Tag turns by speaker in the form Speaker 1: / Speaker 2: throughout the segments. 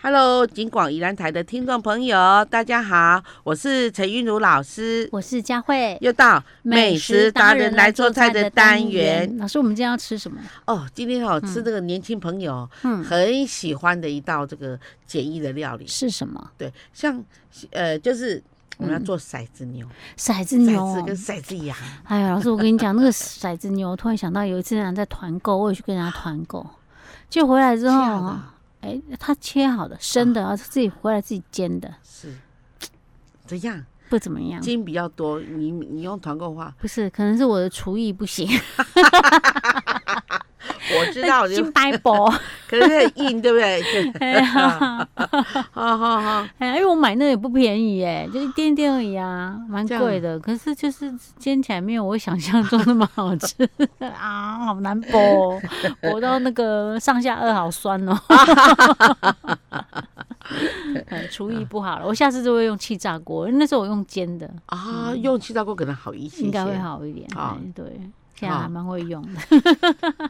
Speaker 1: Hello，金广宜兰台的听众朋友，大家好，我是陈韵如老师，
Speaker 2: 我是佳慧。
Speaker 1: 又到美食达人来做菜的单元。
Speaker 2: 老师，我们今天要吃什么？
Speaker 1: 哦。今天哦，吃这个年轻朋友
Speaker 2: 嗯，
Speaker 1: 很喜欢的一道这个简易的料理，
Speaker 2: 是什么？
Speaker 1: 对，像呃，就是我们要做骰子牛、
Speaker 2: 骰子牛
Speaker 1: 骰
Speaker 2: 哦
Speaker 1: 子。跟骰子羊，
Speaker 2: 哎呀，老师，我跟你讲，那个骰子牛，我突然想到有一次人家在团购，我也去跟人家团购，就回来之
Speaker 1: 这
Speaker 2: 后
Speaker 1: 样的啊
Speaker 2: 啊，哎，他切好的生的，然后自己回来自己煎的，
Speaker 1: 是怎样？
Speaker 2: 不怎么样。
Speaker 1: 筋比较多，你你用团购的话，
Speaker 2: 不是，可能是我的厨艺不行，
Speaker 1: 我知 道 就
Speaker 2: 金白薄。
Speaker 1: 可是很硬，对不 对？
Speaker 2: 哎
Speaker 1: 啊
Speaker 2: 呀
Speaker 1: 好好好，
Speaker 2: 哎呀，因为我买那个也不便宜 耶，就一点点而已啊，蛮
Speaker 1: 这样
Speaker 2: 贵的。可是就是煎起来没有我想象中那么好 吃啊，好难剥哦， 剥到那个上下颚好酸哦。 哎厨艺不好了，我下次就会用气炸锅。那时候我用煎的，
Speaker 1: 啊，用气炸锅可能好一些些，
Speaker 2: 应该会好一点。
Speaker 1: 好
Speaker 2: 哎对，现在
Speaker 1: 好
Speaker 2: 还蛮会用的。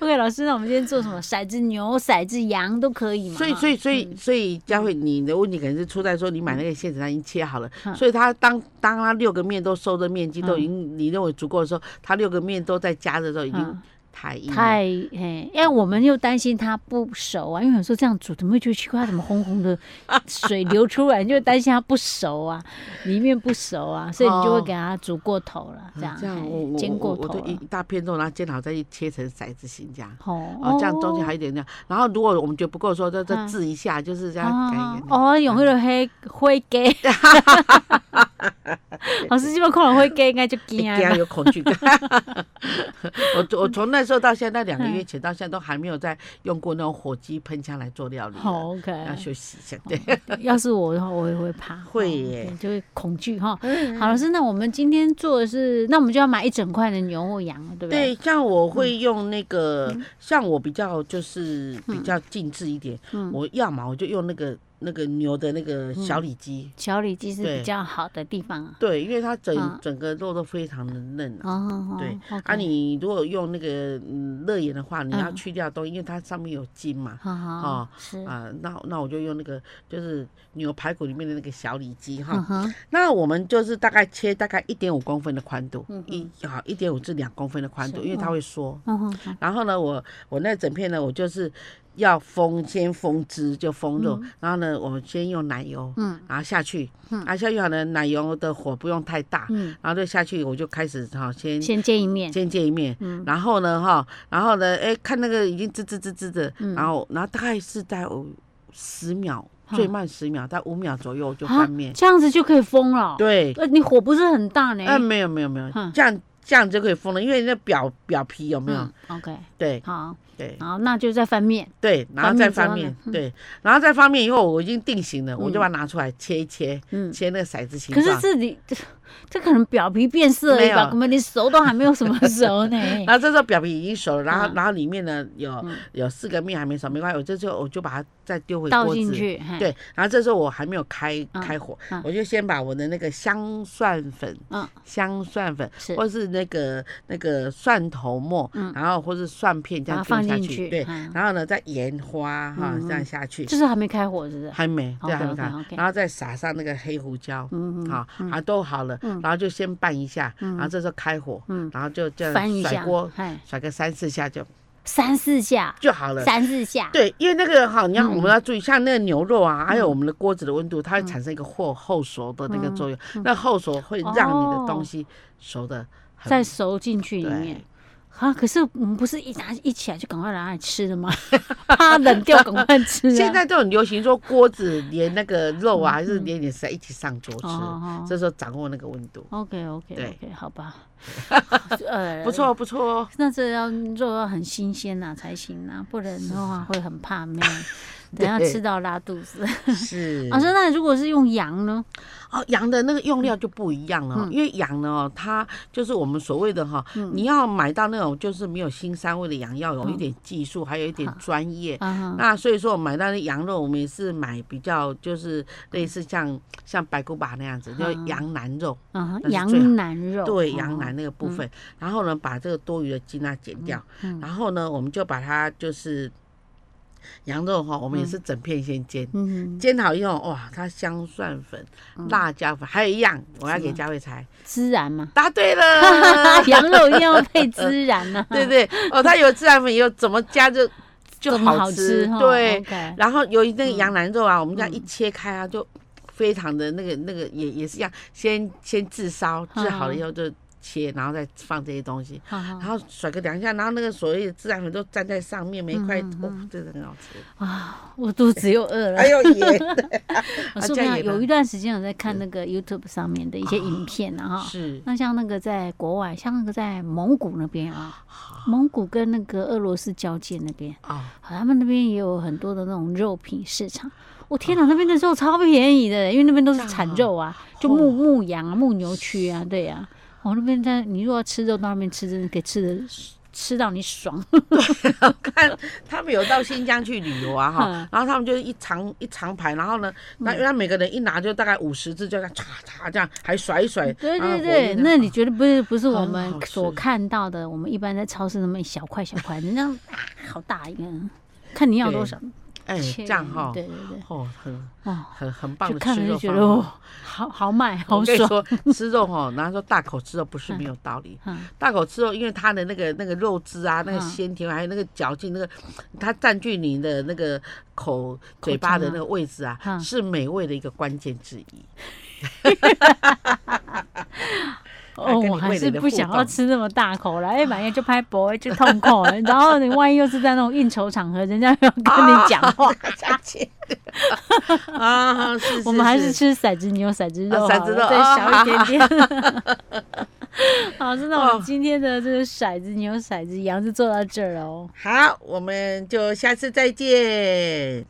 Speaker 2: OK，老师，那我们今天做什么？骰子牛、骰子羊都可以嘛？
Speaker 1: 所以，所以，所
Speaker 2: 嗯
Speaker 1: 以，所以，佳慧，你的问题可能是出在说你买那个现成它已经切好了，
Speaker 2: 嗯
Speaker 1: 所以它当当它六个面都收的面积都已经你认为足够的时候，它六个面都在加的时候已
Speaker 2: 嗯
Speaker 1: 经太硬了
Speaker 2: 太嘿，因为我们又担心它不熟啊，因为有时候这样煮，怎么会觉得奇怪？它怎么红红的 水流出来？你就担心它不熟啊，里面不熟啊，所以你就会
Speaker 1: 哦
Speaker 2: 给它煮过头了，这样
Speaker 1: 这样
Speaker 2: 嘿
Speaker 1: 我我
Speaker 2: 煎
Speaker 1: 我
Speaker 2: 过
Speaker 1: 我
Speaker 2: 头
Speaker 1: 都一
Speaker 2: 了
Speaker 1: 一。大片肉，然后煎好再去切成骰子形这样。
Speaker 2: 哦
Speaker 1: 哦，这样中间还有一点这样，然后如果我们觉得不够的时候，再再
Speaker 2: 嗯
Speaker 1: 治一下，就是这样改一点。
Speaker 2: 哦哦，用迄个黑灰 鸡，哦老师基本看到灰鸡应该就
Speaker 1: 一
Speaker 2: 惊啊
Speaker 1: 定要
Speaker 2: 了吧。
Speaker 1: 有恐惧 感。我我从那时候到现在两个月
Speaker 2: 嗯
Speaker 1: 前到现在都还没有再用过那种火鸡喷枪来做料理了，
Speaker 2: 好 OK，
Speaker 1: 要休息一下。对，
Speaker 2: 要是我的话，我也会怕，
Speaker 1: 会
Speaker 2: 哦
Speaker 1: 耶嗯
Speaker 2: 对就会恐惧哈。好，老师，那我们今天做的是，那我们就要买一整块的牛或羊了，对不对？
Speaker 1: 对，像
Speaker 2: 嗯
Speaker 1: 我会用那个，像我比较就是
Speaker 2: 嗯
Speaker 1: 比较精致一点，我要嘛我就用那个那个牛的那
Speaker 2: 嗯
Speaker 1: 个小里脊，
Speaker 2: 小里脊是
Speaker 1: 对
Speaker 2: 比较好的地方啊。
Speaker 1: 对，因为它整
Speaker 2: 嗯
Speaker 1: 整个肉都非常的嫩啊。
Speaker 2: 哦，
Speaker 1: 对
Speaker 2: 哦
Speaker 1: 啊，，你如果用那个嗯热盐的话，你要
Speaker 2: 嗯
Speaker 1: 去掉东西，因为它上面有筋嘛。
Speaker 2: 好
Speaker 1: 哦
Speaker 2: 好是，
Speaker 1: 啊，那那我就用那个就是牛排骨里面的那个小里脊哈。
Speaker 2: 嗯哼，
Speaker 1: 那我们就是大概切大概一点五公分的宽度，一啊一点五至两公分的宽度，
Speaker 2: 嗯是
Speaker 1: 因为它会缩。
Speaker 2: 嗯哼哼，
Speaker 1: 然后呢，我我那整片呢，我就是要封，先封汁，就封肉。然后呢，我们先用奶油，
Speaker 2: 嗯，
Speaker 1: 然后下去，啊，下去好呢，奶油的火不用太大，
Speaker 2: 嗯，
Speaker 1: 然后就下去，我就开始哈，先
Speaker 2: 先煎一面，
Speaker 1: 先煎一面，
Speaker 2: 嗯
Speaker 1: 然后呢哈，然后呢，哎，看那个已经滋滋滋滋的，
Speaker 2: 嗯
Speaker 1: 然后然后大概是在十秒，最慢十秒，在五秒左右就翻面，
Speaker 2: 啊这样子就可以封了。
Speaker 1: 对，
Speaker 2: 呃，你火不是很大呢？
Speaker 1: 啊，没有没有没有
Speaker 2: 嗯，
Speaker 1: 这样这样就可以封了，因为那表表皮有没有
Speaker 2: 嗯？，OK，啊
Speaker 1: 对
Speaker 2: 好，
Speaker 1: 对。
Speaker 2: 好，那就再翻面，
Speaker 1: 对，然后再翻面，
Speaker 2: 嗯
Speaker 1: 对，然后再翻面以后，我已经定型了，我就把它拿出来切一切，
Speaker 2: 嗯。
Speaker 1: 切那个骰子形
Speaker 2: 可是
Speaker 1: 状。
Speaker 2: 这里这这可能表皮变色了
Speaker 1: 没有
Speaker 2: 吧？根本连熟都还没有什么熟呢。
Speaker 1: 然后这时候表皮已经熟了，然后
Speaker 2: 嗯
Speaker 1: 然后里面呢有有四个面还没熟，没关系，我这时候我就把它再丢回
Speaker 2: 倒
Speaker 1: 锅
Speaker 2: 进
Speaker 1: 子。
Speaker 2: 去，嘿，
Speaker 1: 对，然后这时候我还没有开
Speaker 2: 嗯
Speaker 1: 开火
Speaker 2: 嗯，
Speaker 1: 我就先把我的那个香蒜粉、
Speaker 2: 嗯，
Speaker 1: 香蒜粉
Speaker 2: 是，嗯
Speaker 1: 或是那个那个蒜头末，然后或是蒜片这
Speaker 2: 把它
Speaker 1: 样
Speaker 2: 放
Speaker 1: 丢下
Speaker 2: 进
Speaker 1: 去，
Speaker 2: 去，
Speaker 1: 对，
Speaker 2: 嗯
Speaker 1: 然后呢再盐花哈
Speaker 2: 嗯
Speaker 1: 这样下去，
Speaker 2: 就是还没开火，是不是？
Speaker 1: 还没，对，还没
Speaker 2: OK，OK，
Speaker 1: 看
Speaker 2: OK
Speaker 1: 然后再撒上那个黑胡椒，
Speaker 2: 嗯嗯
Speaker 1: 好，啊都好了，然后就先拌一下，然后这时候开火，
Speaker 2: 嗯
Speaker 1: 然后 就这
Speaker 2: 翻
Speaker 1: 样
Speaker 2: 一
Speaker 1: 甩
Speaker 2: 下
Speaker 1: 锅，，
Speaker 2: 哎，
Speaker 1: 甩个三四下就
Speaker 2: 三四下，
Speaker 1: 就好了。
Speaker 2: 三四下，
Speaker 1: 对，因为那个哈，你要
Speaker 2: 嗯
Speaker 1: 我们要注意，像那个牛肉啊，还有我们的锅子的温度，它会产生一个后后熟的那个
Speaker 2: 嗯
Speaker 1: 作用，那后熟会让你的东西熟的
Speaker 2: 哦再
Speaker 1: 很。
Speaker 2: 熟进去里面
Speaker 1: 对。
Speaker 2: 啊！可是我们不是一拿一起来就赶快拿来吃的吗？ 怕冷掉，赶快吃啊！嗯
Speaker 1: 现在都很流行说锅子连那个肉啊，还是连你在一起上桌吃，
Speaker 2: 哦
Speaker 1: 这时候掌握那个温度，
Speaker 2: ，OK OK
Speaker 1: 对
Speaker 2: OK，好吧，呃
Speaker 1: 不。错不错哦。
Speaker 2: 那这要肉要很新鲜呐、才行呐、不然的话会很怕面， 等下
Speaker 1: 对
Speaker 2: 吃到拉肚子。
Speaker 1: 是，
Speaker 2: 哎老师，那如果是用羊呢？
Speaker 1: 哦，羊的那个用料就不一样了
Speaker 2: 嗯
Speaker 1: 哦、因为羊呢哦，它就是我们所谓的哈、你要买到那种就是没有腥膻味的羊，要
Speaker 2: 嗯
Speaker 1: 有一点技术，还有一点专业。
Speaker 2: 啊哈，
Speaker 1: 那所以说，我买到的羊肉，我们也是买比较就是类似像像白骨巴那样子，就是羊腩肉，
Speaker 2: 啊
Speaker 1: 那
Speaker 2: 哈，
Speaker 1: 是最好
Speaker 2: 羊腩肉，
Speaker 1: 对
Speaker 2: 哦
Speaker 1: 羊，腩那个部分。然后呢，把这个多余的筋啊剪掉，然后呢，我们就把它就是。羊肉哈，我们也是整片先煎，
Speaker 2: 嗯，
Speaker 1: 煎好以后哇，它香蒜粉、辣椒粉，还有一样我要给佳慧猜，
Speaker 2: 孜然嘛，
Speaker 1: 答对
Speaker 2: ，
Speaker 1: 了，
Speaker 2: 羊肉一定要配孜然呢、啊
Speaker 1: 对对哦，它有孜然粉以后怎么加就就
Speaker 2: 这么
Speaker 1: 好
Speaker 2: 好哦
Speaker 1: 吃，
Speaker 2: 哈
Speaker 1: 对，
Speaker 2: ，OK
Speaker 1: 然后由于那个羊腩肉啊，我们这
Speaker 2: 嗯
Speaker 1: 样一切开啊，就非常的那个那个也也是一样，先先炙烧，
Speaker 2: 嗯
Speaker 1: 炙好了以后就切，然后再放这些东西，
Speaker 2: 好
Speaker 1: 然
Speaker 2: 好
Speaker 1: 后甩个两下，然后那个所谓的孜然粉都粘在上面，每一块
Speaker 2: 嗯嗯
Speaker 1: 哦，真的很好吃。
Speaker 2: 啊，我肚子又饿了。
Speaker 1: 还有 盐
Speaker 2: 我
Speaker 1: 啊哎这
Speaker 2: 说
Speaker 1: 样
Speaker 2: 没
Speaker 1: 也
Speaker 2: 有，有
Speaker 1: 蛮
Speaker 2: 一段时间我在看那个 YouTube 上面的一些影片啊，哈。
Speaker 1: 是
Speaker 2: 那像那个在国外，像那个在蒙古那边啊，蒙古跟那个俄罗斯交界那边，
Speaker 1: 啊，
Speaker 2: 好他们那边也有很多的那种肉品市场。我、天哪，那边的肉超便宜的，因为那边都是产肉啊，就牧牧羊啊、牧牛区啊，对呀、啊。我、那边在你如果要吃肉，到那边吃真的可以吃的吃到你爽。
Speaker 1: 看他们有到新疆去旅游啊
Speaker 2: 嗯
Speaker 1: 哈，然后他们就一长一长排，然后呢，那因为他每个人一拿就大概五十只，就这样嚓嚓这样，还甩一甩，
Speaker 2: 对
Speaker 1: 然后火
Speaker 2: 对对，
Speaker 1: 焰这样
Speaker 2: 啊那你觉得不是不是我
Speaker 1: 很
Speaker 2: 们
Speaker 1: 好
Speaker 2: 所
Speaker 1: 吃
Speaker 2: 看到的？我们一般在超市那么一小块小 块，人家啊好大一个，看你要多
Speaker 1: 对
Speaker 2: 少，
Speaker 1: 哎
Speaker 2: 切
Speaker 1: 这样哈，
Speaker 2: 对对对，
Speaker 1: 哦很
Speaker 2: 哦，
Speaker 1: 很很棒
Speaker 2: 就
Speaker 1: 的
Speaker 2: 看
Speaker 1: 吃
Speaker 2: 了就
Speaker 1: 肉方
Speaker 2: 觉得
Speaker 1: 法
Speaker 2: 哦。，好好买，好
Speaker 1: 我跟你
Speaker 2: 爽。
Speaker 1: 说，吃肉哈，然后说大口吃肉不是没有道理。
Speaker 2: 嗯
Speaker 1: 大口吃肉，因为它的那个那个肉汁啊，那个
Speaker 2: 嗯
Speaker 1: 鲜甜，还有那个嚼劲，那个它占据你的那个口嘴巴的那个位置啊，
Speaker 2: 嗯
Speaker 1: 是美味的一个关键之一。 还
Speaker 2: 哦，
Speaker 1: 跟你
Speaker 2: 我还
Speaker 1: 味蕾
Speaker 2: 是
Speaker 1: 的
Speaker 2: 不
Speaker 1: 互
Speaker 2: 想要
Speaker 1: 动
Speaker 2: 吃那么大口了，哎，满月就拍博，就痛苦了。然后你万一又是在那种应酬场合，人家要跟你讲 话，
Speaker 1: 啊，是
Speaker 2: 我们还是吃骰子牛、骰子肉好
Speaker 1: 啊
Speaker 2: 了，
Speaker 1: 骰子肉
Speaker 2: 对，
Speaker 1: 哦
Speaker 2: 小一点点。 好，真的，我
Speaker 1: 哦
Speaker 2: 们今天的这个骰子牛、骰子羊就做到这儿哦。
Speaker 1: 好，我们就下次再见。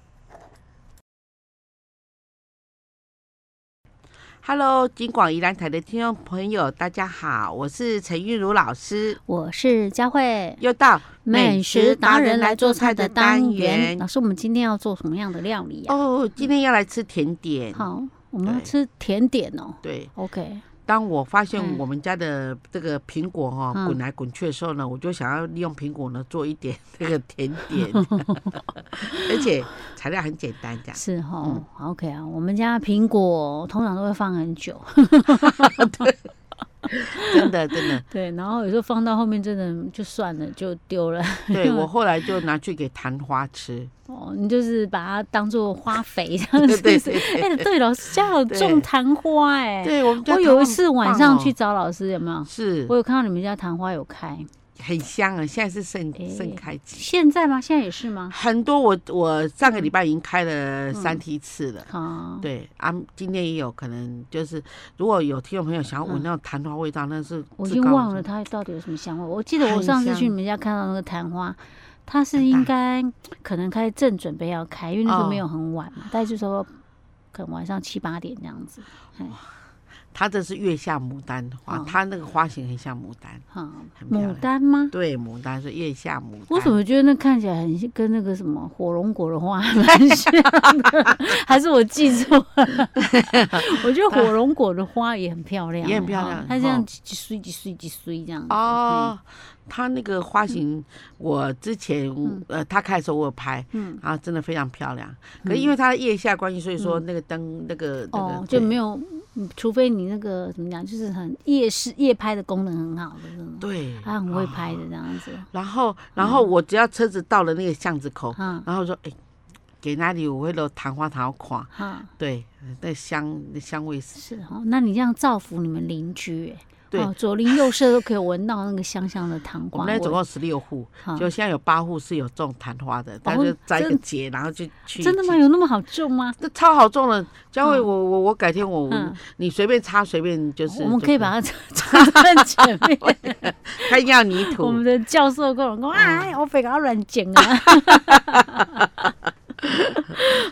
Speaker 1: Hello，金广宜兰台的听众朋友，大家好，我是陈韵如老师，
Speaker 2: 我是佳慧，
Speaker 1: 又到
Speaker 2: 美食达人来做菜的单元。老师，我们今天要做什么样的料理呀、
Speaker 1: 哦，今天要来吃甜点。
Speaker 2: 好，我们要
Speaker 1: 对
Speaker 2: 吃甜点哦。
Speaker 1: 对，
Speaker 2: OK，
Speaker 1: 当我发现
Speaker 2: 嗯
Speaker 1: 我们家的这个苹果哈、
Speaker 2: 嗯
Speaker 1: 滚来滚去的时候呢，我就想要利用苹果呢做一点 这个甜 点，而且材料很简单，这样。
Speaker 2: 是哦、OK 啊，我们家苹果通常都会放很久，
Speaker 1: 真的真的，
Speaker 2: 对，然后有时候放到后面真的就算了，就丢了。
Speaker 1: 对我后来就拿去给昙花吃。
Speaker 2: 哦，你就是把它当做花肥这样
Speaker 1: 对
Speaker 2: 子。
Speaker 1: 对
Speaker 2: 是
Speaker 1: 对
Speaker 2: 不是哎、对，老师家有种
Speaker 1: 对
Speaker 2: 昙花哎、
Speaker 1: 对，我们家
Speaker 2: 我
Speaker 1: 昙
Speaker 2: 有
Speaker 1: 花
Speaker 2: 一
Speaker 1: 很
Speaker 2: 次晚
Speaker 1: 棒
Speaker 2: 上
Speaker 1: 哦
Speaker 2: 去找老师，有没有？
Speaker 1: 是
Speaker 2: 我有看到你们家昙花有开，
Speaker 1: 很香啊，现在是盛
Speaker 2: 哎
Speaker 1: 盛开期，
Speaker 2: 现在吗？现在也是 吗？
Speaker 1: 很多我我上个礼拜已经开
Speaker 2: 嗯
Speaker 1: 了三梯次了。
Speaker 2: 啊，
Speaker 1: 对啊，今天也有可能就是，如果有听众朋友想要闻那种昙花味道，那是
Speaker 2: 嗯我已
Speaker 1: 至
Speaker 2: 经
Speaker 1: 高
Speaker 2: 忘
Speaker 1: 无
Speaker 2: 了
Speaker 1: 上
Speaker 2: 它到底有什么香味。我记得我
Speaker 1: 很
Speaker 2: 上次去你
Speaker 1: 香
Speaker 2: 们家看到那个昙花，它是
Speaker 1: 很
Speaker 2: 应
Speaker 1: 大
Speaker 2: 该可能开正准备要开，因为那时候没
Speaker 1: 哦
Speaker 2: 有很晚嘛，大概就说可能晚上七八点这样子。
Speaker 1: 它这是月下牡丹花，
Speaker 2: 嗯
Speaker 1: 它那个花型很像牡丹，
Speaker 2: 哈，
Speaker 1: 很漂
Speaker 2: 嗯牡
Speaker 1: 亮。
Speaker 2: 丹吗？
Speaker 1: 对，啊牡丹是月下牡丹。
Speaker 2: 我怎么觉得那看起来很像跟那个什么火龙果的花 还蛮像的？还是我记错了？ 我觉得火龙果的花也很漂亮欸，
Speaker 1: 啊也很漂
Speaker 2: 哈
Speaker 1: 亮哦
Speaker 2: 它这样
Speaker 1: 哈
Speaker 2: 几几碎几碎几碎这样子。
Speaker 1: 哦，它那个花型，我之前呃，它开的时候我有拍，
Speaker 2: 嗯
Speaker 1: 啊，真的非常漂亮。可是因为它的腋下关系，所以说那个灯那个
Speaker 2: 嗯，
Speaker 1: 那
Speaker 2: 哦
Speaker 1: 个，
Speaker 2: 就
Speaker 1: 对
Speaker 2: 没有，嗯除非你那个怎么讲，就是很夜视夜拍的功能很好的那种，
Speaker 1: 对，
Speaker 2: 它很会
Speaker 1: 啊
Speaker 2: 拍的这样子。
Speaker 1: 然后，然后我只要车子到了那个巷子口，
Speaker 2: 嗯
Speaker 1: 然后说，哎、给哪里我会漏昙花糖花看，
Speaker 2: 哈，
Speaker 1: 对，那香那香味是，
Speaker 2: 是哦，那你这样造福你们邻居欸，
Speaker 1: 对
Speaker 2: 哦，左邻右舍都可以闻到那个香香的糖
Speaker 1: 我
Speaker 2: 花
Speaker 1: 们
Speaker 2: 味。
Speaker 1: 那总共十六户，
Speaker 2: 哈
Speaker 1: 就现在有八户是有种昙花的，他
Speaker 2: 哦
Speaker 1: 就摘个
Speaker 2: 真
Speaker 1: 结，然后就去
Speaker 2: 真的吗？？有那么好种吗？
Speaker 1: 那超好种的，佳慧，我我我改天我
Speaker 2: 嗯
Speaker 1: 你随便插随便就是，
Speaker 2: 我们可以把
Speaker 1: 它
Speaker 2: 它 插在前 面。
Speaker 1: 它一定要泥
Speaker 2: 我
Speaker 1: 土
Speaker 2: 们，的教授跟我说：“
Speaker 1: 嗯
Speaker 2: 哎，我非要乱剪啊。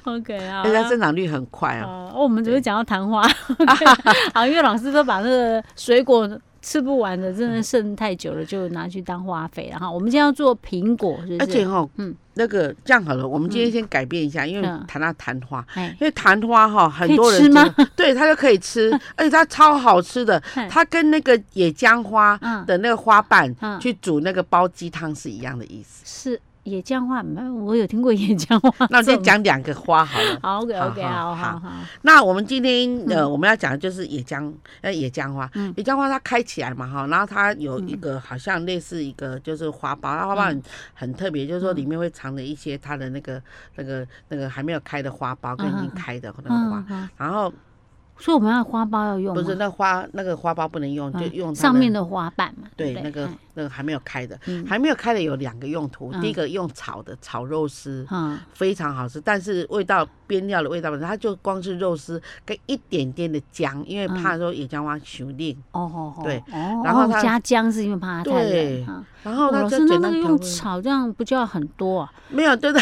Speaker 2: ”OK 啊
Speaker 1: 而。且它生长率很快哦。
Speaker 2: 哦，我们只会讲到 昙花。OK，好，因为老师都把那个水果吃不完的，真的
Speaker 1: 嗯
Speaker 2: 剩太久了，就拿去当花肥了哈。我们今天要做苹果，是不
Speaker 1: 而且
Speaker 2: 是？
Speaker 1: 哈，
Speaker 2: 嗯
Speaker 1: 那个这样好了，我们今天先改变一下，因为
Speaker 2: 嗯
Speaker 1: 谈到昙花，
Speaker 2: 哎，
Speaker 1: 因为昙花哈，
Speaker 2: 以
Speaker 1: 很多人
Speaker 2: 吃吗
Speaker 1: 真的？对，它就可以 吃，而且它超好吃的
Speaker 2: 嗯。
Speaker 1: 它跟那个野姜花
Speaker 2: 嗯
Speaker 1: 的那个花瓣
Speaker 2: 嗯
Speaker 1: 去煮那个煲鸡汤是一样的意思。
Speaker 2: 是野姜花，我有听过野姜花。
Speaker 1: 那我再。讲两个花好 了。
Speaker 2: 好，OK OK，
Speaker 1: 好
Speaker 2: 好
Speaker 1: 好
Speaker 2: 好好。
Speaker 1: 那我们今天
Speaker 2: 嗯
Speaker 1: 呃，我们要讲的就是野姜，呃，野姜花。野姜花它开起来嘛哈，然后它有一
Speaker 2: 嗯
Speaker 1: 个好像类似一个就是花苞，它花苞很很特别，就是说里面会藏着一些它的那个那个那个还没有开的花苞跟已经开的那个花
Speaker 2: 嗯，。好
Speaker 1: 然后
Speaker 2: 所以我们要花苞要用
Speaker 1: 不
Speaker 2: 吗，
Speaker 1: 是那花那个花苞不能用，就
Speaker 2: 嗯
Speaker 1: 用它
Speaker 2: 上面的花瓣嘛，
Speaker 1: 对
Speaker 2: 不
Speaker 1: 那个那个还没有开的，
Speaker 2: 嗯
Speaker 1: 还没有开的有两个用途，
Speaker 2: 嗯
Speaker 1: 第一个用炒的炒肉丝。
Speaker 2: 嗯
Speaker 1: 非常好吃，但是味道边料的味道不是，它就光是肉丝跟一点点的姜，因为
Speaker 2: 嗯
Speaker 1: 怕说野姜花熟令。
Speaker 2: 哦哦哦，
Speaker 1: 对
Speaker 2: 哦，
Speaker 1: 然后
Speaker 2: 哦
Speaker 1: 它
Speaker 2: 加姜是因为怕它太
Speaker 1: 对
Speaker 2: 冷啊。
Speaker 1: 然
Speaker 2: 哦
Speaker 1: 后它
Speaker 2: 老
Speaker 1: 就
Speaker 2: 师，那
Speaker 1: 简
Speaker 2: 那
Speaker 1: 单
Speaker 2: 个
Speaker 1: 调
Speaker 2: 用
Speaker 1: 味，
Speaker 2: 炒这样不就要很 多啊？
Speaker 1: 没有 对的，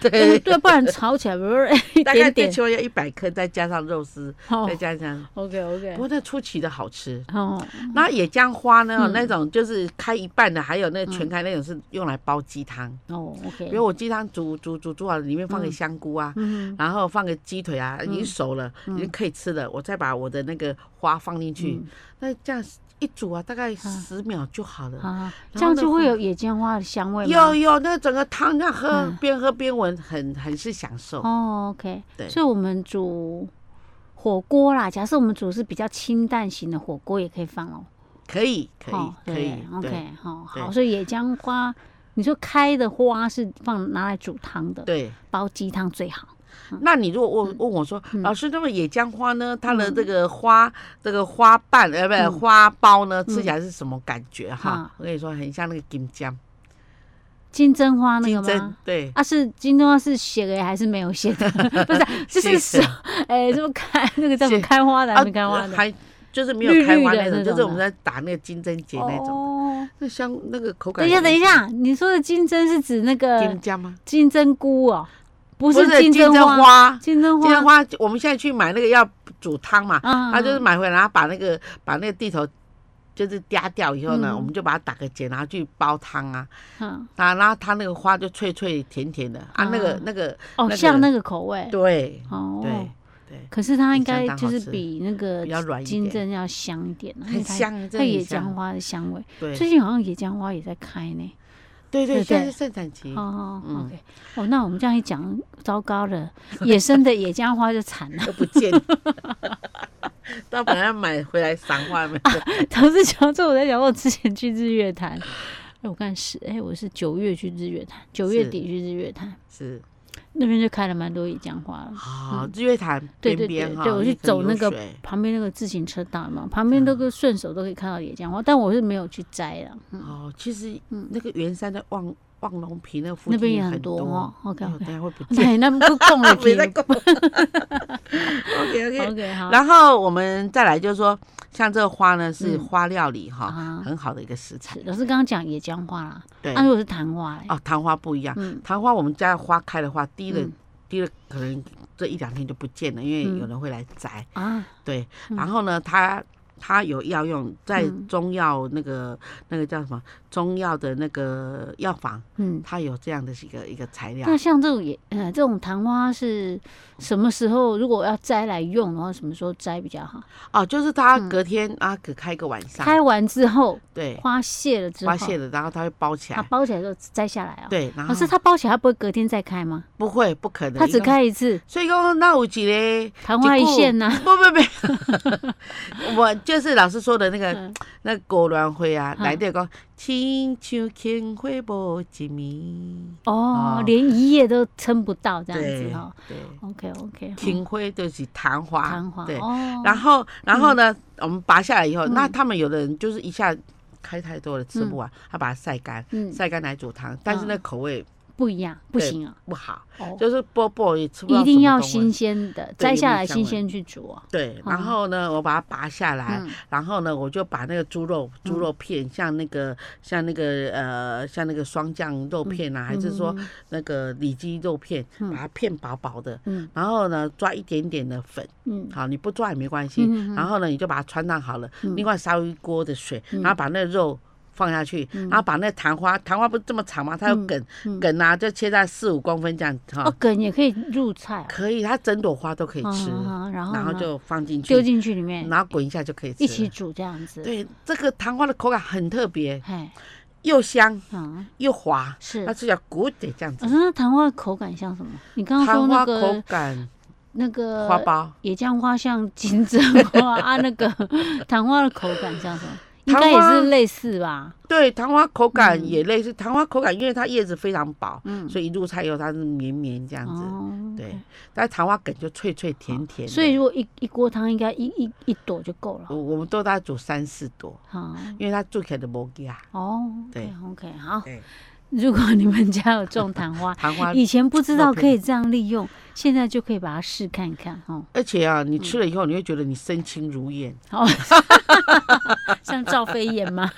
Speaker 2: 对
Speaker 1: 对，
Speaker 2: 对，不然炒起来 不是一
Speaker 1: 大概最
Speaker 2: 点点。哦
Speaker 1: 起码要一百克，再加上肉丝，
Speaker 2: 好
Speaker 1: 再加上，
Speaker 2: ，OK
Speaker 1: 不
Speaker 2: OK，
Speaker 1: 过那出奇的好吃。
Speaker 2: 哦，
Speaker 1: 那野姜花呢？
Speaker 2: 嗯
Speaker 1: 那种就是开一半的，还有那个全开那种是用来煲鸡汤，
Speaker 2: 哦，OK，
Speaker 1: 比如我鸡汤煮煮煮煮好了，里面放个
Speaker 2: 嗯
Speaker 1: 香菇啊，
Speaker 2: 嗯
Speaker 1: 然后放个鸡腿啊，已经熟了，已经可以吃了。我再把我的那个花放进去，
Speaker 2: 嗯
Speaker 1: 那这样一煮啊，大概十秒就好了。
Speaker 2: 啊，
Speaker 1: 嗯然后
Speaker 2: 这样
Speaker 1: 呢
Speaker 2: 就
Speaker 1: 会
Speaker 2: 会有野姜花的香味吗？
Speaker 1: 有有，那整个汤这样喝
Speaker 2: 嗯，
Speaker 1: 边喝边闻，很很是享受。
Speaker 2: 哦，OK，
Speaker 1: 对
Speaker 2: 所以我们煮火锅啦，假设我们煮的是比较清淡型的火锅，也可以放哦。
Speaker 1: 可以可以
Speaker 2: 哦
Speaker 1: 可以
Speaker 2: 对，
Speaker 1: 对
Speaker 2: ，OK，好
Speaker 1: 对
Speaker 2: 好，所以野姜花，你说开的花是放拿来煮汤的，
Speaker 1: 对。
Speaker 2: 煲鸡汤最好。
Speaker 1: 那你如果
Speaker 2: 嗯
Speaker 1: 问问我说，老师，那么野姜花呢？它的这个花，这个花瓣呃，不是
Speaker 2: 嗯
Speaker 1: 花苞呢，吃起来是什么感觉哈
Speaker 2: 啊？
Speaker 1: 我跟你说，很像那个金姜
Speaker 2: 金针花那
Speaker 1: 金
Speaker 2: 个
Speaker 1: 针
Speaker 2: 吗？，
Speaker 1: 对。
Speaker 2: 啊，是金针花是写的还是没有写的？ 不是啊，就
Speaker 1: 写
Speaker 2: 是什哎，这么开那个叫什么
Speaker 1: 写
Speaker 2: 开花的还
Speaker 1: 啊
Speaker 2: 没开花的？
Speaker 1: 还就是没
Speaker 2: 绿
Speaker 1: 有开
Speaker 2: 绿
Speaker 1: 花
Speaker 2: 的
Speaker 1: 那种，
Speaker 2: 那
Speaker 1: 就是
Speaker 2: 种
Speaker 1: 我们在打那个金针结那种，
Speaker 2: 哦，
Speaker 1: 那香那个口感。
Speaker 2: 等一下，等一，下，你说的金针是指那
Speaker 1: 金
Speaker 2: 个
Speaker 1: 针吗？
Speaker 2: 金针菇哦，不
Speaker 1: 不
Speaker 2: 是金
Speaker 1: 金
Speaker 2: 针
Speaker 1: 针
Speaker 2: 花，
Speaker 1: 花，
Speaker 2: 金针
Speaker 1: 金
Speaker 2: 花
Speaker 1: 针花，我们现在去买那个要煮汤嘛，
Speaker 2: 啊
Speaker 1: 他就是买回来，然后把那个把那个地头就是嗲掉以后呢，
Speaker 2: 嗯
Speaker 1: 我们就把它打个结，然后去煲汤啊，
Speaker 2: 嗯
Speaker 1: 啊，然后它那个花就脆脆甜甜的啊，那个那个那
Speaker 2: 哦，
Speaker 1: 个
Speaker 2: 像那个口味
Speaker 1: 对
Speaker 2: 哦。
Speaker 1: 对对，
Speaker 2: 可是它应该
Speaker 1: 相当好
Speaker 2: 就是
Speaker 1: 吃
Speaker 2: 比那个
Speaker 1: 比较软一
Speaker 2: 金
Speaker 1: 点
Speaker 2: 针要香一点啊，因
Speaker 1: 很
Speaker 2: 为它
Speaker 1: 香，真
Speaker 2: 它
Speaker 1: 的
Speaker 2: 野
Speaker 1: 很
Speaker 2: 姜
Speaker 1: 香，
Speaker 2: 花的香味。
Speaker 1: 对
Speaker 2: 最近好像野姜花也在开呢。
Speaker 1: 对对，
Speaker 2: 对
Speaker 1: 现在
Speaker 2: 对
Speaker 1: 是盛产期，
Speaker 2: 哦
Speaker 1: 嗯
Speaker 2: ，OK，哦，那我们这样一讲，糟糕了，野生的野姜花就惨 了。
Speaker 1: 都不见。 到本来要买回来赏花
Speaker 2: 啊
Speaker 1: 没有？
Speaker 2: 老是讲这，我在想我之前去日月潭，哎，我看是，哎，我是九月去日月潭，九月
Speaker 1: 是
Speaker 2: 底去日月潭，
Speaker 1: 是
Speaker 2: 那边就开了蛮多野姜花了。
Speaker 1: 啊，日月潭边
Speaker 2: 对对对
Speaker 1: 边哈，
Speaker 2: 对，我去
Speaker 1: 一直
Speaker 2: 走那
Speaker 1: 有
Speaker 2: 个
Speaker 1: 水
Speaker 2: 旁边那个自行车道嘛，旁边
Speaker 1: 嗯
Speaker 2: 那个顺手都可以看到野姜花，但我是没有去摘的。
Speaker 1: 哦，其实那个圆山的望望龙皮那附
Speaker 2: 嗯那
Speaker 1: 近
Speaker 2: 边也
Speaker 1: 很
Speaker 2: 很多哦，OK，
Speaker 1: 哎呦
Speaker 2: OK
Speaker 1: 等下会不见。 啊
Speaker 2: 对，那不 供了
Speaker 1: 别
Speaker 2: 皮。
Speaker 1: 再讲 OK OK，
Speaker 2: OK，好。
Speaker 1: 然后我们再来就是说，像这个花呢是
Speaker 2: 嗯
Speaker 1: 花料理哈，
Speaker 2: 啊
Speaker 1: 很好的一个食材
Speaker 2: 是。老师刚刚讲野姜花啦，
Speaker 1: 对
Speaker 2: 那如果是昙花嘞，
Speaker 1: 啊，昙花不一样，
Speaker 2: 嗯
Speaker 1: 昙花我们家的花开的话，第一个
Speaker 2: 嗯
Speaker 1: 第一个可能这一两天就不见了，因为有人会来摘。
Speaker 2: 啊，
Speaker 1: 对，
Speaker 2: 嗯
Speaker 1: 然后呢，它它有药用，在
Speaker 2: 嗯
Speaker 1: 中药那个那个叫什么中药的那个药房，
Speaker 2: 嗯，
Speaker 1: 它有这样的一个一个材料
Speaker 2: 那。像这种野呃这种昙花是什么时候？如果要摘来用的话，什么时候摘比较好？
Speaker 1: 哦，就是它隔天、啊，隔开个晚上，
Speaker 2: 开完之后，
Speaker 1: 对，
Speaker 2: 花谢了之后，
Speaker 1: 发现了，然后它会包起
Speaker 2: 它
Speaker 1: 来，
Speaker 2: 包起来之后摘下来哦。，
Speaker 1: 对，然后
Speaker 2: 老师它包起来，它不会隔天再开吗？
Speaker 1: 不会，不可能，
Speaker 2: 它只
Speaker 1: 因为。
Speaker 2: 开一次，
Speaker 1: 所以讲，那有几嘞？
Speaker 2: 昙花一现啊呐。
Speaker 1: 不不不，我就是老师说的那个、
Speaker 2: 嗯
Speaker 1: 那高兰花啊，
Speaker 2: 嗯
Speaker 1: 来底讲，亲像琼花无一面，
Speaker 2: 哦
Speaker 1: 哦，
Speaker 2: 连一夜都撑不到这样
Speaker 1: 对
Speaker 2: 子哦。
Speaker 1: 对，
Speaker 2: OK OK，
Speaker 1: 庭花就是昙花，
Speaker 2: 昙花
Speaker 1: 对，
Speaker 2: 哦，
Speaker 1: 然后，然后呢，我们拔下来以后，
Speaker 2: 嗯
Speaker 1: 那他们有的人就是一下开太多了，吃不完，啊他把它晒干，
Speaker 2: 嗯
Speaker 1: 晒干来煮汤，但是那口味
Speaker 2: 不一样，不
Speaker 1: 对
Speaker 2: 行啊，
Speaker 1: 不好，
Speaker 2: 哦，
Speaker 1: 就是波波也吃不到
Speaker 2: 一定
Speaker 1: 什
Speaker 2: 要
Speaker 1: 么东西
Speaker 2: 新。鲜的，
Speaker 1: 对
Speaker 2: 摘
Speaker 1: 有没
Speaker 2: 下
Speaker 1: 有
Speaker 2: 来
Speaker 1: 香
Speaker 2: 新
Speaker 1: 味
Speaker 2: 鲜去煮哦。
Speaker 1: 对，
Speaker 2: 嗯
Speaker 1: 然后呢，我把它拔下来，
Speaker 2: 嗯
Speaker 1: 然后呢，我就把那个猪肉猪肉片，像那个像那个呃，像那个双酱肉片啊，还是说
Speaker 2: 嗯
Speaker 1: 那个里脊肉片，把它片薄薄的，
Speaker 2: 嗯
Speaker 1: 然后呢，抓一点点的粉，
Speaker 2: 嗯
Speaker 1: 好，你不抓也没关系。
Speaker 2: 嗯嗯嗯
Speaker 1: 然后呢，你就把它穿上好了，
Speaker 2: 嗯
Speaker 1: 另外烧一锅的水，然后把那肉放下去，
Speaker 2: 嗯
Speaker 1: 然后把那昙花，昙花不是这么长吗？它有
Speaker 2: 嗯
Speaker 1: 梗，
Speaker 2: 嗯
Speaker 1: 梗啊，就切在四五公分这样哈，
Speaker 2: 哦，梗也可以入菜啊，
Speaker 1: 啊可以，它整朵花都可以吃，
Speaker 2: 啊然后
Speaker 1: 然后
Speaker 2: 呢
Speaker 1: 就放进
Speaker 2: 丢
Speaker 1: 去，
Speaker 2: 进去里面
Speaker 1: 然后滚一下就可以
Speaker 2: 哎一
Speaker 1: 吃。
Speaker 2: 起煮这样子。
Speaker 1: 对，这个昙花的口感很特别，
Speaker 2: 哎，
Speaker 1: 又香
Speaker 2: 啊，
Speaker 1: 又滑，
Speaker 2: 是。
Speaker 1: 它
Speaker 2: 啊
Speaker 1: 吃起来骨得这样子。
Speaker 2: 那谈话口感像什么？你刚刚
Speaker 1: 昙
Speaker 2: 说
Speaker 1: 花
Speaker 2: 那
Speaker 1: 口
Speaker 2: 个呃
Speaker 1: 感
Speaker 2: 那
Speaker 1: 花
Speaker 2: 个
Speaker 1: 苞，
Speaker 2: 野姜花像金针花 啊，那个昙花的口感像什么？应
Speaker 1: 昙
Speaker 2: 该也
Speaker 1: 花
Speaker 2: 是类似吧？
Speaker 1: 对，昙花口感
Speaker 2: 嗯
Speaker 1: 也类似。昙花口感，因为它叶子非常薄，
Speaker 2: 嗯，
Speaker 1: 所以一入菜以后它是绵绵这样子。
Speaker 2: 哦
Speaker 1: 对，但是昙花梗就脆脆甜甜的。
Speaker 2: 所以如果一一锅汤应该一一一朵就够了。
Speaker 1: 我我们都大概煮三四朵，
Speaker 2: 好，
Speaker 1: 因为它做起来的摩吉 啊，
Speaker 2: 哦，
Speaker 1: 对
Speaker 2: ，OK，好
Speaker 1: 对。，
Speaker 2: 如果你们家有种昙花
Speaker 1: 昙 花。
Speaker 2: 以前不知道
Speaker 1: 肉片
Speaker 2: 可以这样利用，现在就可以把它试看看哦。
Speaker 1: 而且啊，你吃了以后，你会觉得你身轻如燕。
Speaker 2: 好，像赵飞燕吗？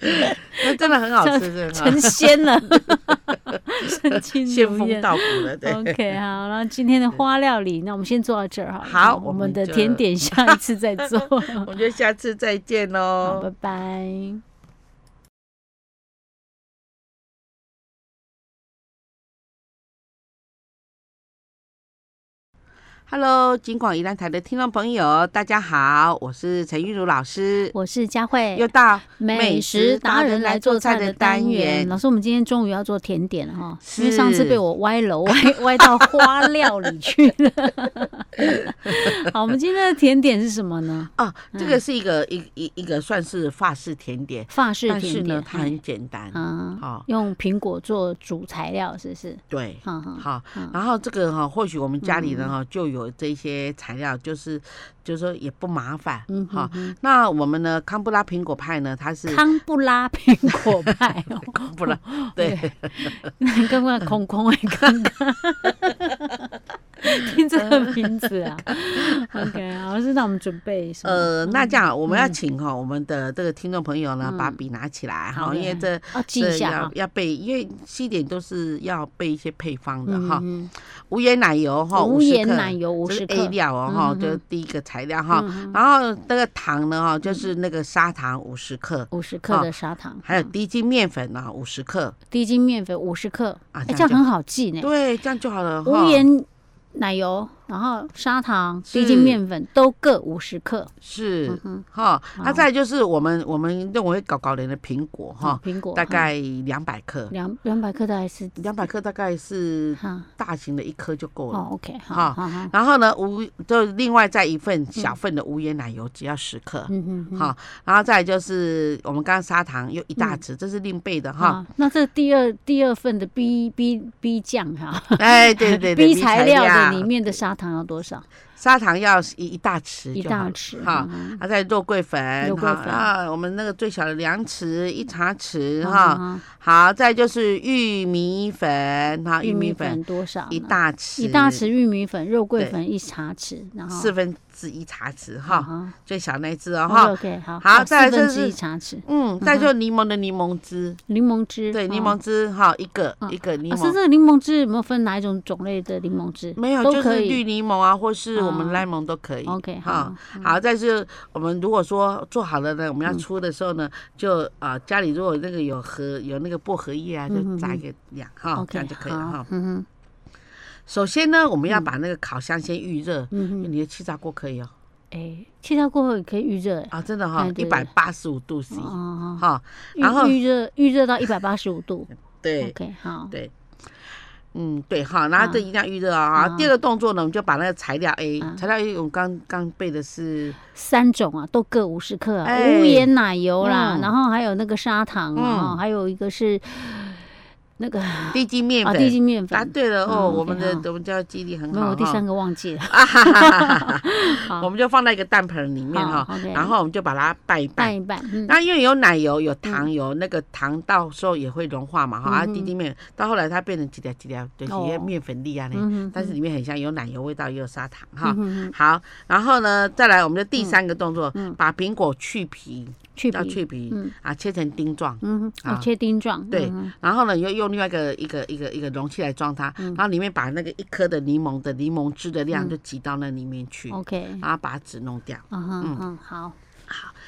Speaker 1: 那真的很好吃，
Speaker 2: 嗯
Speaker 1: 真的很好
Speaker 2: 成仙 了，神经
Speaker 1: 吃，仙
Speaker 2: 如
Speaker 1: 风
Speaker 2: 燕
Speaker 1: 道骨了，对。
Speaker 2: OK，好，那今天的花料理，那我们先做到这儿哈。
Speaker 1: 好
Speaker 2: 我
Speaker 1: 我
Speaker 2: 们
Speaker 1: 们
Speaker 2: 的
Speaker 1: 就
Speaker 2: 甜点下一次再 做。
Speaker 1: 我们就下次再见喽
Speaker 2: 好，拜。拜。
Speaker 1: Hello，金广宜兰台的听众朋友，大家好，我是陈玉茹老师，
Speaker 2: 我是佳慧
Speaker 1: 又，到
Speaker 2: 美食达人来做菜的单元。老师，我们今天终于要做甜点了哈，因为上次
Speaker 1: 是
Speaker 2: 被我歪 楼歪歪到花料理去了。 好，我们今天的甜点是什么呢？
Speaker 1: 哦，这个是一个一一一个算是法式甜点，
Speaker 2: 法式
Speaker 1: 但是
Speaker 2: 甜
Speaker 1: 呢
Speaker 2: 点，，
Speaker 1: 它很简单。
Speaker 2: 嗯，
Speaker 1: 好，
Speaker 2: 用苹果做主材料，是不是？
Speaker 1: 对，
Speaker 2: 哈哈，
Speaker 1: 好
Speaker 2: 嗯，
Speaker 1: 然后这个哈，或许我们家里人哈就有这些材料，就是就是说也不麻烦
Speaker 2: 嗯，
Speaker 1: 哈
Speaker 2: 哼。哼
Speaker 1: 那我们呢，康布拉苹果派呢，它是
Speaker 2: 康布拉苹果派哦，
Speaker 1: 康布拉，对，
Speaker 2: 刚刚空空哎，刚刚 听这个名字啊，OK，老师，那我们准备什么？
Speaker 1: 呃，那这样我们要请哈我们的这个听众朋友呢，把笔拿起来
Speaker 2: 嗯好
Speaker 1: 哈，
Speaker 2: 的
Speaker 1: 因为这
Speaker 2: 要记
Speaker 1: 这
Speaker 2: 一下
Speaker 1: 要
Speaker 2: 啊，
Speaker 1: 要背，因为西点都是要备一些配方的哈。
Speaker 2: 嗯，
Speaker 1: 无盐奶油哈，
Speaker 2: 无
Speaker 1: 50
Speaker 2: 盐
Speaker 1: 克
Speaker 2: 奶油五
Speaker 1: 这是
Speaker 2: 十
Speaker 1: A
Speaker 2: 克，
Speaker 1: 料哦哈，
Speaker 2: 嗯
Speaker 1: 就是第一个材料哈
Speaker 2: 嗯。哼
Speaker 1: 然后那个糖呢哈，就是那个砂糖五十克，
Speaker 2: 五十克的砂糖，
Speaker 1: 还有
Speaker 2: 嗯
Speaker 1: 低筋面粉呢五十克。
Speaker 2: 低筋面粉五十克，
Speaker 1: 啊
Speaker 2: 哎，
Speaker 1: 这
Speaker 2: 这
Speaker 1: 样
Speaker 2: 样
Speaker 1: 就
Speaker 2: 很好记呢。
Speaker 1: 对，这样就好了哈。
Speaker 2: 无盐奶油，然后砂糖、低筋
Speaker 1: 是
Speaker 2: 面粉都各五十克，
Speaker 1: 是
Speaker 2: 嗯
Speaker 1: 哈。那再来就是我们我们认为搞搞人的苹果哈
Speaker 2: 哼，，嗯苹果嗯
Speaker 1: 大概两百克，
Speaker 2: 两两百克大概是
Speaker 1: 两百克大概是
Speaker 2: 哈
Speaker 1: 大型的一颗就够了。
Speaker 2: 哦，OK，好，
Speaker 1: 哈
Speaker 2: 好好，
Speaker 1: 然后呢，无就另外再一份小份的无盐奶油，只要十克。
Speaker 2: 嗯哼哼。
Speaker 1: 好，然后再来就是我们刚刚砂糖又一大
Speaker 2: 嗯
Speaker 1: 匙，这是另备的哈。
Speaker 2: 啊，那这第二第二份的 B B B 酱哈、
Speaker 1: 哎，对对 对，
Speaker 2: b
Speaker 1: 米
Speaker 2: 材料的里面的砂糖要多少？
Speaker 1: 砂糖要一一大匙
Speaker 2: 一
Speaker 1: 就好
Speaker 2: 大
Speaker 1: 了
Speaker 2: 匙
Speaker 1: 哈。
Speaker 2: 嗯
Speaker 1: 啊，再肉桂粉，
Speaker 2: 肉桂
Speaker 1: 好
Speaker 2: 粉
Speaker 1: 啊，我们那个最小的两匙，一茶匙
Speaker 2: 哼
Speaker 1: 哈。
Speaker 2: 嗯哼
Speaker 1: 好，再就是玉米粉，哈，
Speaker 2: 玉
Speaker 1: 玉
Speaker 2: 米
Speaker 1: 米粉
Speaker 2: 粉多少呢？
Speaker 1: 一大匙，
Speaker 2: 一大匙哦玉米粉，肉桂粉一茶匙，然后
Speaker 1: 四分之一茶匙
Speaker 2: 啊
Speaker 1: 哈，
Speaker 2: 哈
Speaker 1: 最小那一只哦
Speaker 2: ，OK
Speaker 1: 哈。
Speaker 2: OK 好，
Speaker 1: 好
Speaker 2: 哦
Speaker 1: 再来
Speaker 2: 四分
Speaker 1: 就
Speaker 2: 之一
Speaker 1: 是
Speaker 2: 茶匙
Speaker 1: 嗯，再就柠檬的柠檬汁，
Speaker 2: 柠檬汁，
Speaker 1: 对，
Speaker 2: 哦
Speaker 1: 柠檬。汁哈，一个
Speaker 2: 嗯
Speaker 1: 一个柠
Speaker 2: 老师，
Speaker 1: 檬
Speaker 2: 这。个柠檬汁有没有分哪一种种类的柠檬汁？
Speaker 1: 没有，
Speaker 2: 都
Speaker 1: 就
Speaker 2: 可
Speaker 1: 是
Speaker 2: 以
Speaker 1: 绿柠檬啊，或是我们
Speaker 2: 啊
Speaker 1: lemon 都可以。
Speaker 2: OK
Speaker 1: 哈
Speaker 2: 好，嗯
Speaker 1: 好，再是我们如果说做好了呢，我们要出的时候呢，就啊、家里如果那个有荷有那个薄荷叶啊，就
Speaker 2: 嗯嗯
Speaker 1: 炸
Speaker 2: 嗯
Speaker 1: 一个两哈，这
Speaker 2: ，OK
Speaker 1: 样就可以了
Speaker 2: 好
Speaker 1: 哈。
Speaker 2: 嗯
Speaker 1: 首先呢，我们要把那个烤箱先预热
Speaker 2: 哼，，嗯哼，
Speaker 1: 你的气炸锅可以哦。
Speaker 2: 哎，气炸过后也可以预热，哎
Speaker 1: 啊，真的哈
Speaker 2: 哎，
Speaker 1: 一
Speaker 2: 对
Speaker 1: 百八十五度 C
Speaker 2: 哦哦，哦
Speaker 1: 哈，
Speaker 2: 预
Speaker 1: 嗯然后
Speaker 2: 预热预热到一百八十五度
Speaker 1: 对
Speaker 2: ，OK 好，
Speaker 1: 对。嗯，对哈，然后这一定要预热啊。
Speaker 2: 啊
Speaker 1: 第二个动作呢，我们就把那个材料 A，
Speaker 2: 啊
Speaker 1: 材料 A 我们刚刚备的是
Speaker 2: 三种啊，都各五十克啊，
Speaker 1: 哎
Speaker 2: 无盐奶油啦，
Speaker 1: 嗯
Speaker 2: 然后还有那个砂糖啊，
Speaker 1: 嗯
Speaker 2: 还有一个是那个啊
Speaker 1: 低筋面粉，
Speaker 2: 低筋面
Speaker 1: 答
Speaker 2: 粉，
Speaker 1: 对了哦，
Speaker 2: 嗯
Speaker 1: 我们的
Speaker 2: ，OK，
Speaker 1: 我们叫记忆力很
Speaker 2: 没有
Speaker 1: 好
Speaker 2: 我第三
Speaker 1: 哈。
Speaker 2: 个忘 记了，
Speaker 1: 啊哈哈哈哈哈！
Speaker 2: 好
Speaker 1: 我们就放在一个蛋盆里面
Speaker 2: 好
Speaker 1: 哈，
Speaker 2: ，OK，
Speaker 1: 然后我们就把它拌一
Speaker 2: 拌
Speaker 1: 拌。
Speaker 2: 一拌，嗯，
Speaker 1: 那因为有奶油、有糖油，那个糖到时候也会融化嘛哈。啊，
Speaker 2: 嗯哼哦
Speaker 1: 滴滴面到后来它变成几条几条，就是一些面粉粒啊那，
Speaker 2: 嗯哼
Speaker 1: 但是里面很像有奶油味道，也有砂糖哈
Speaker 2: 嗯。哼哼
Speaker 1: 好，然后呢，再来我们的第三个动作
Speaker 2: 嗯嗯，
Speaker 1: 把苹果去皮，
Speaker 2: 去
Speaker 1: 要
Speaker 2: 皮，
Speaker 1: 去皮
Speaker 2: 嗯
Speaker 1: 啊，切成丁状。
Speaker 2: 嗯哼，哦
Speaker 1: 啊
Speaker 2: 切丁状，
Speaker 1: 对
Speaker 2: 嗯哼，
Speaker 1: 然后呢，你又用另外一个一个一个一个容器来装它，
Speaker 2: 嗯
Speaker 1: 然后里面把那个一颗的柠檬的柠檬汁的量就挤到那里面去，
Speaker 2: ，OK，
Speaker 1: 然后把籽弄掉。
Speaker 2: 嗯哼嗯好，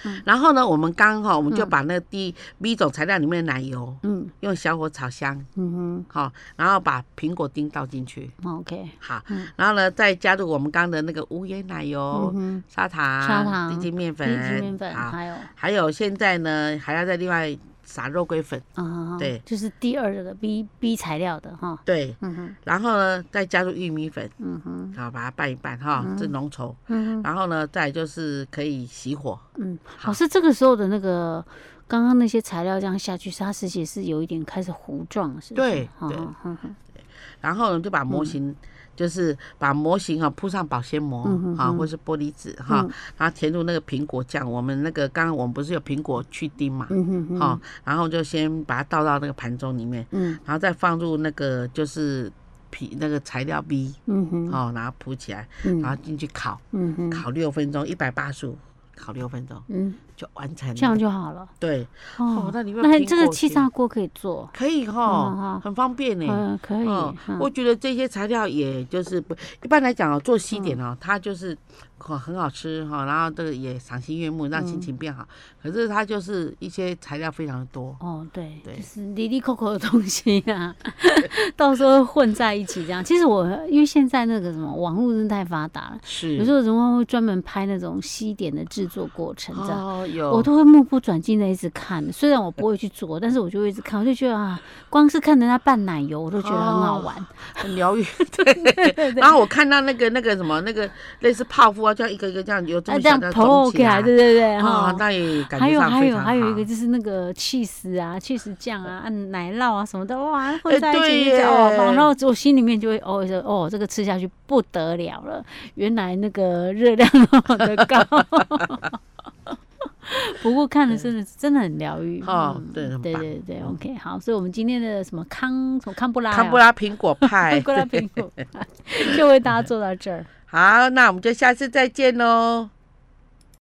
Speaker 2: 嗯
Speaker 1: 然后呢，我们刚好我们就把那个第 B 种材料里面的奶油
Speaker 2: 嗯
Speaker 1: 用小火炒香，
Speaker 2: 嗯
Speaker 1: 好、然后把苹果丁倒进去，
Speaker 2: 哼，OK，
Speaker 1: 好，然后呢再加入我们刚的那个无盐奶油
Speaker 2: 嗯、哼，
Speaker 1: 砂糖、
Speaker 2: 砂糖
Speaker 1: 低筋面
Speaker 2: 低
Speaker 1: 粉、
Speaker 2: 筋面粉，
Speaker 1: 好，
Speaker 2: 还有
Speaker 1: 还有现在呢还要再另外撒肉桂粉，
Speaker 2: 啊，
Speaker 1: 对
Speaker 2: 就是第二个 B B 材料的哈，
Speaker 1: 对，
Speaker 2: 嗯哼，
Speaker 1: 然后呢再加入玉米粉，
Speaker 2: 嗯哼，
Speaker 1: 然后把它拌一拌哈，这浓稠，
Speaker 2: 嗯
Speaker 1: 然后呢再来就是可以熄火，
Speaker 2: 嗯，
Speaker 1: 好
Speaker 2: 老师这个时候的那个刚刚那些材料这样下去，是它实际是有一点开始糊状，是不是？
Speaker 1: 对
Speaker 2: 哦
Speaker 1: 对
Speaker 2: 嗯哼
Speaker 1: 然后呢就把模型。就是把模型哈、铺上保鲜膜
Speaker 2: 嗯哼
Speaker 1: 啊，
Speaker 2: 嗯
Speaker 1: 或是玻璃纸哈，
Speaker 2: 嗯
Speaker 1: 然后填入那个苹果酱。我们那个刚刚我们不是有苹果去丁嘛，
Speaker 2: 嗯哼哼，
Speaker 1: 好、然后就先把它倒到那个盘中里面，
Speaker 2: 嗯
Speaker 1: 然后再放入那个就是皮那个材料 B，
Speaker 2: 嗯哼，
Speaker 1: 哦，然后铺起来，
Speaker 2: 嗯
Speaker 1: 然后进去烤，
Speaker 2: 嗯哼，
Speaker 1: 烤六分钟，一百八十五，烤六分钟
Speaker 2: 嗯，
Speaker 1: 就完成了。
Speaker 2: 这样就好了。
Speaker 1: 对，哦
Speaker 2: 哦，，
Speaker 1: 那里面
Speaker 2: 那
Speaker 1: 苹
Speaker 2: 这个
Speaker 1: 果
Speaker 2: 气
Speaker 1: 馅
Speaker 2: 炸锅可以做，
Speaker 1: 可以
Speaker 2: 嗯
Speaker 1: 哈
Speaker 2: 哈，
Speaker 1: 很方便呢。
Speaker 2: 嗯，可以，
Speaker 1: 嗯
Speaker 2: 嗯
Speaker 1: 我觉得这些材料也就是不一般来讲哦，做西点
Speaker 2: 嗯
Speaker 1: 哦，它就是哦很好吃哈，然后这个也赏心悦目，让心情变好。可是它就是一些材料非常的多，
Speaker 2: 嗯哦，对，
Speaker 1: 对
Speaker 2: 就是离离扣扣的东西啊， 到时候混在一起这样。其实我因为现在那个什么网络真的太发达了，
Speaker 1: 是
Speaker 2: 有时候人家会专门拍那种西点的制作过程这样。
Speaker 1: 哦，有
Speaker 2: 我都会目不转睛的一直看，虽然我不会去做，但是我就会一直看，我就觉得啊，光是看人家拌奶油，我都觉得很好玩。啊
Speaker 1: 很疗 愈。对，然后我看到那个那个什么那个类似泡芙啊，这样一个一个这样有这
Speaker 2: 啊，
Speaker 1: 么小
Speaker 2: 这样
Speaker 1: 的
Speaker 2: 剖
Speaker 1: 肿起
Speaker 2: 开
Speaker 1: 来
Speaker 2: 来，，对对对，
Speaker 1: 啊
Speaker 2: 哈，。
Speaker 1: 那也感
Speaker 2: 还
Speaker 1: 觉
Speaker 2: 有
Speaker 1: 上
Speaker 2: 还
Speaker 1: 非
Speaker 2: 有
Speaker 1: 常好。
Speaker 2: 还有一个就是那个 cheese 啊，cheese 酱啊，啊奶酪啊什么的，哇，
Speaker 1: 哎
Speaker 2: 混在一
Speaker 1: 对
Speaker 2: 起就觉得
Speaker 1: 耶
Speaker 2: 哦，然后我心里面就会哦就哦，这个吃下去不得了了，原来那个热量那么的高。 不过看了真的真的很疗愈
Speaker 1: 哦
Speaker 2: 嗯
Speaker 1: 对很
Speaker 2: 对
Speaker 1: 棒
Speaker 2: 对对，OK，好，所以我们今天的什么康什么康布拉呀
Speaker 1: 康布拉苹果派
Speaker 2: 康。 布拉苹果就为大家做到这儿。
Speaker 1: 好，那我们就下次再见喽，